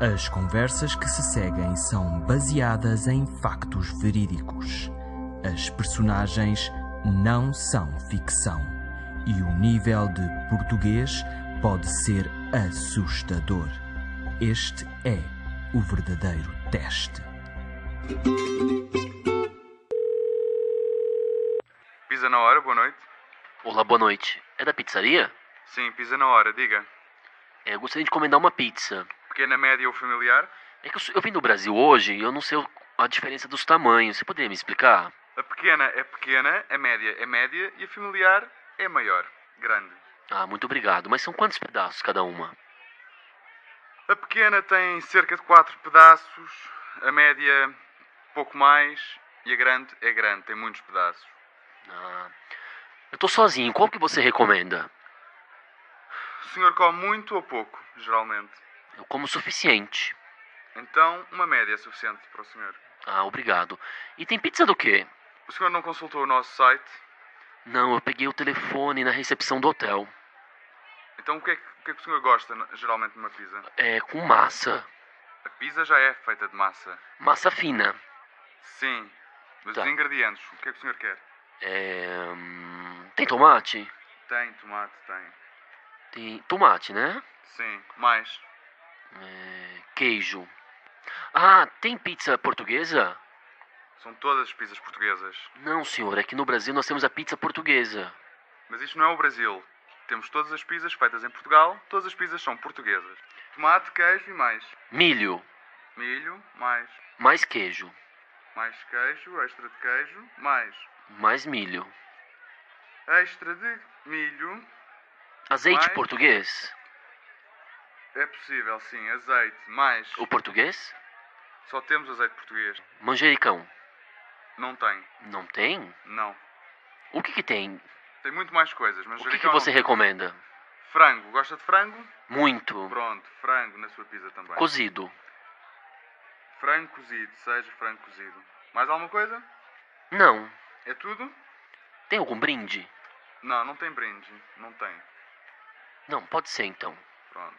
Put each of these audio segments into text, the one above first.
As conversas que se seguem são baseadas em factos verídicos. As personagens não são ficção e o nível de português pode ser assustador. Este é o verdadeiro teste. Pisa na hora, boa noite. Olá, boa noite. É da pizzaria? Sim, pisa na hora, diga. É, eu gostaria de encomendar uma pizza. Pequena, média ou familiar? É que eu, sou- eu vim do Brasil hoje e eu não sei o- a diferença dos tamanhos. Você poderia me explicar? A pequena é pequena, a média é média e a familiar é maior, grande. Ah, muito obrigado. Mas são quantos pedaços cada uma? A pequena tem cerca de 4 pedaços, a média pouco mais e a grande é grande, tem muitos pedaços. Ah, eu tô sozinho. Qual que você recomenda? O senhor come muito ou pouco, geralmente? Eu como o suficiente. Então, uma média é suficiente para o senhor. Ah, obrigado. E tem pizza do quê? O senhor não consultou o nosso site? Não, eu peguei o telefone na recepção do hotel. Então, o que é que, o, que é que o senhor gosta na- geralmente numa pizza? É com massa. A pizza já é feita de massa. Massa fina. Sim, mas Tá. os ingredientes, o que é que o senhor quer? É, hum, Tem tomate? Tem tomate, tem. Tem tomate, né? Sim, mais. É, Queijo. Ah, tem pizza portuguesa? São todas as pizzas portuguesas. Não, senhor, aqui no Brasil nós temos a pizza portuguesa. Mas isto não é o Brasil. Temos todas as pizzas feitas em Portugal, todas as pizzas são portuguesas. Tomate, queijo e mais. Milho, Milho, mais. mais queijo, Mais queijo, extra de queijo, mais. mais milho. Extra de milho, Azeite Mais? português? é possível, sim. Azeite, mais. O português? Só temos azeite português. Manjericão. Não tem, Não tem? não. O que que tem? Tem muito mais coisas, mas O que que jericão você não. recomenda? Frango, gosta de frango? Muito. Pronto, frango na sua pizza também. Cozido. Frango cozido, seja frango cozido. Mais alguma coisa? Não. É tudo? Tem algum brinde? Não, não tem brinde. Não tem. Não, pode ser então. Pronto.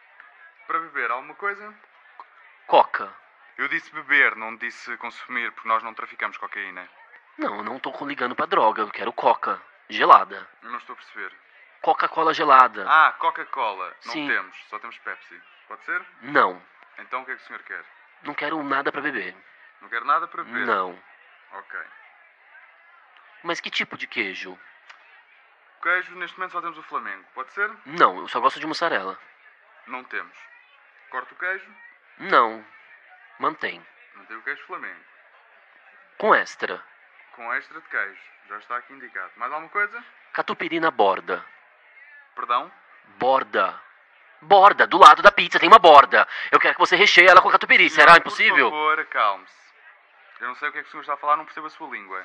Para beber alguma coisa? Coca. Eu disse beber, não disse consumir, porque nós não traficamos cocaína. Não, eu não tô ligando pra droga, eu quero coca. Gelada. Eu não estou a perceber. Coca-Cola gelada. Ah, Coca-Cola. Não Sim. temos, só temos Pepsi. Pode ser? Não. Então o que é que o senhor quer? Não quero nada pra beber. Não quer nada para beber? Não. Ok. Mas que tipo de queijo? Queijo, neste momento só temos o Flamengo. Pode ser? Não, eu só gosto de mussarela. Não temos. Corta o queijo, Não. Mantém. não tem o queijo Flamengo. Com extra. Com extra de queijo. Já está aqui indicado. Mais alguma coisa? Catupiry na borda. Perdão? Borda. Borda. Do lado da pizza tem uma borda. Eu quero que você recheie ela com catupiry. Será impossível? Por favor, acalme-se. Eu não sei o que é que o senhor está a falar, não percebo a sua língua.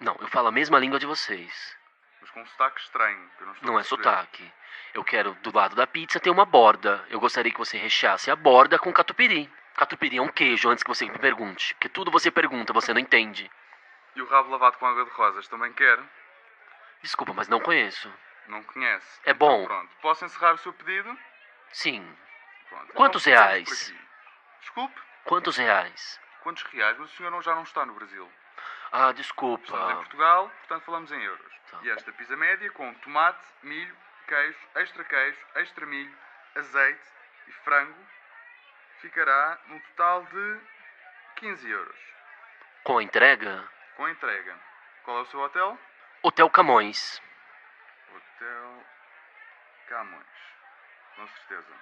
Não, eu falo a mesma língua de vocês. Mas com um sotaque estranho, que eu não estou Não a é perceber. sotaque. Eu quero do lado da pizza tem uma borda. Eu gostaria que você recheasse a borda com catupiry. Catupiry é um queijo antes que você me pergunte. Porque tudo você pergunta, você não entende. E o rabo lavado com água de rosas também quer? Desculpa, mas não conheço. Não conhece? É bom. Pronto, posso encerrar o seu pedido? Sim. Pronto. Quantos Então, ficamos reais? por aqui. Desculpe, Quantos reais? quantos reais? Mas o senhor não- já não está no Brasil. Ah, Estamos em desculpa. Portugal, portanto falamos em euros. Tá. E esta pizza média com tomate, milho, queijo, extra queijo, extra milho, azeite e frango ficará num total de 15 euros. Com a entrega? Com entrega. Qual é o seu hotel? Hotel Camões. Hotel Camões. Com certeza.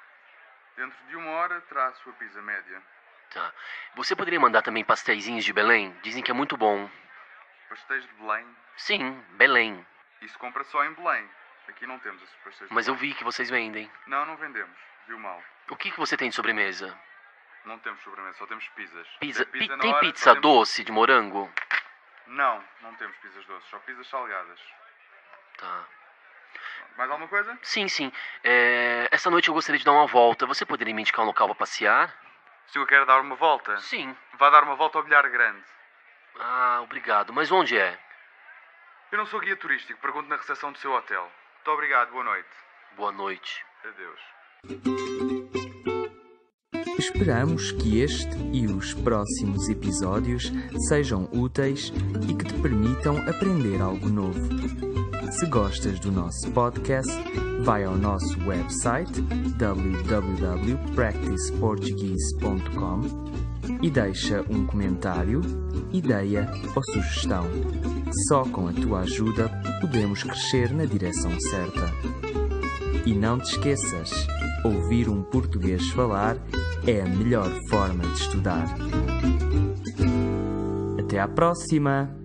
Dentro de uma hora terá a sua pizza média. Tá. Você poderia mandar também pasteizinhos de Belém? Dizem que é muito bom. Pastéis de Belém. Sim, Belém. Isso compra só em Belém. Aqui não temos esses pastéis de Mas eu Belém. vi que vocês vendem. Não, não vendemos. Viu mal. O que, que você tem de sobremesa? Não temos sobremesa, só temos pizzas. Pizza, Tem pi- na tem hora, pizza só temos- doce de morango? Não, não temos pizzas doces, só pizzas salgadas. Tá. Mais alguma coisa? Sim, sim. É, essa noite eu gostaria de dar uma volta. Você poderia me indicar um local pra passear? Se eu quero dar uma volta, Sim. vá dar uma volta ao bilhar grande. Ah, obrigado. Mas onde é? Eu não sou guia turístico, pergunto na recepção do seu hotel. Muito obrigado, boa noite. Boa noite. Adeus. Esperamos que este e os próximos episódios sejam úteis e que te permitam aprender algo novo. Se gostas do nosso podcast, vai ao nosso website www.practiceportuguese.com e deixa um comentário, ideia ou sugestão. Só com a tua ajuda podemos crescer na direção certa. E não te esqueças, ouvir um português falar é a melhor forma de estudar. Até à próxima!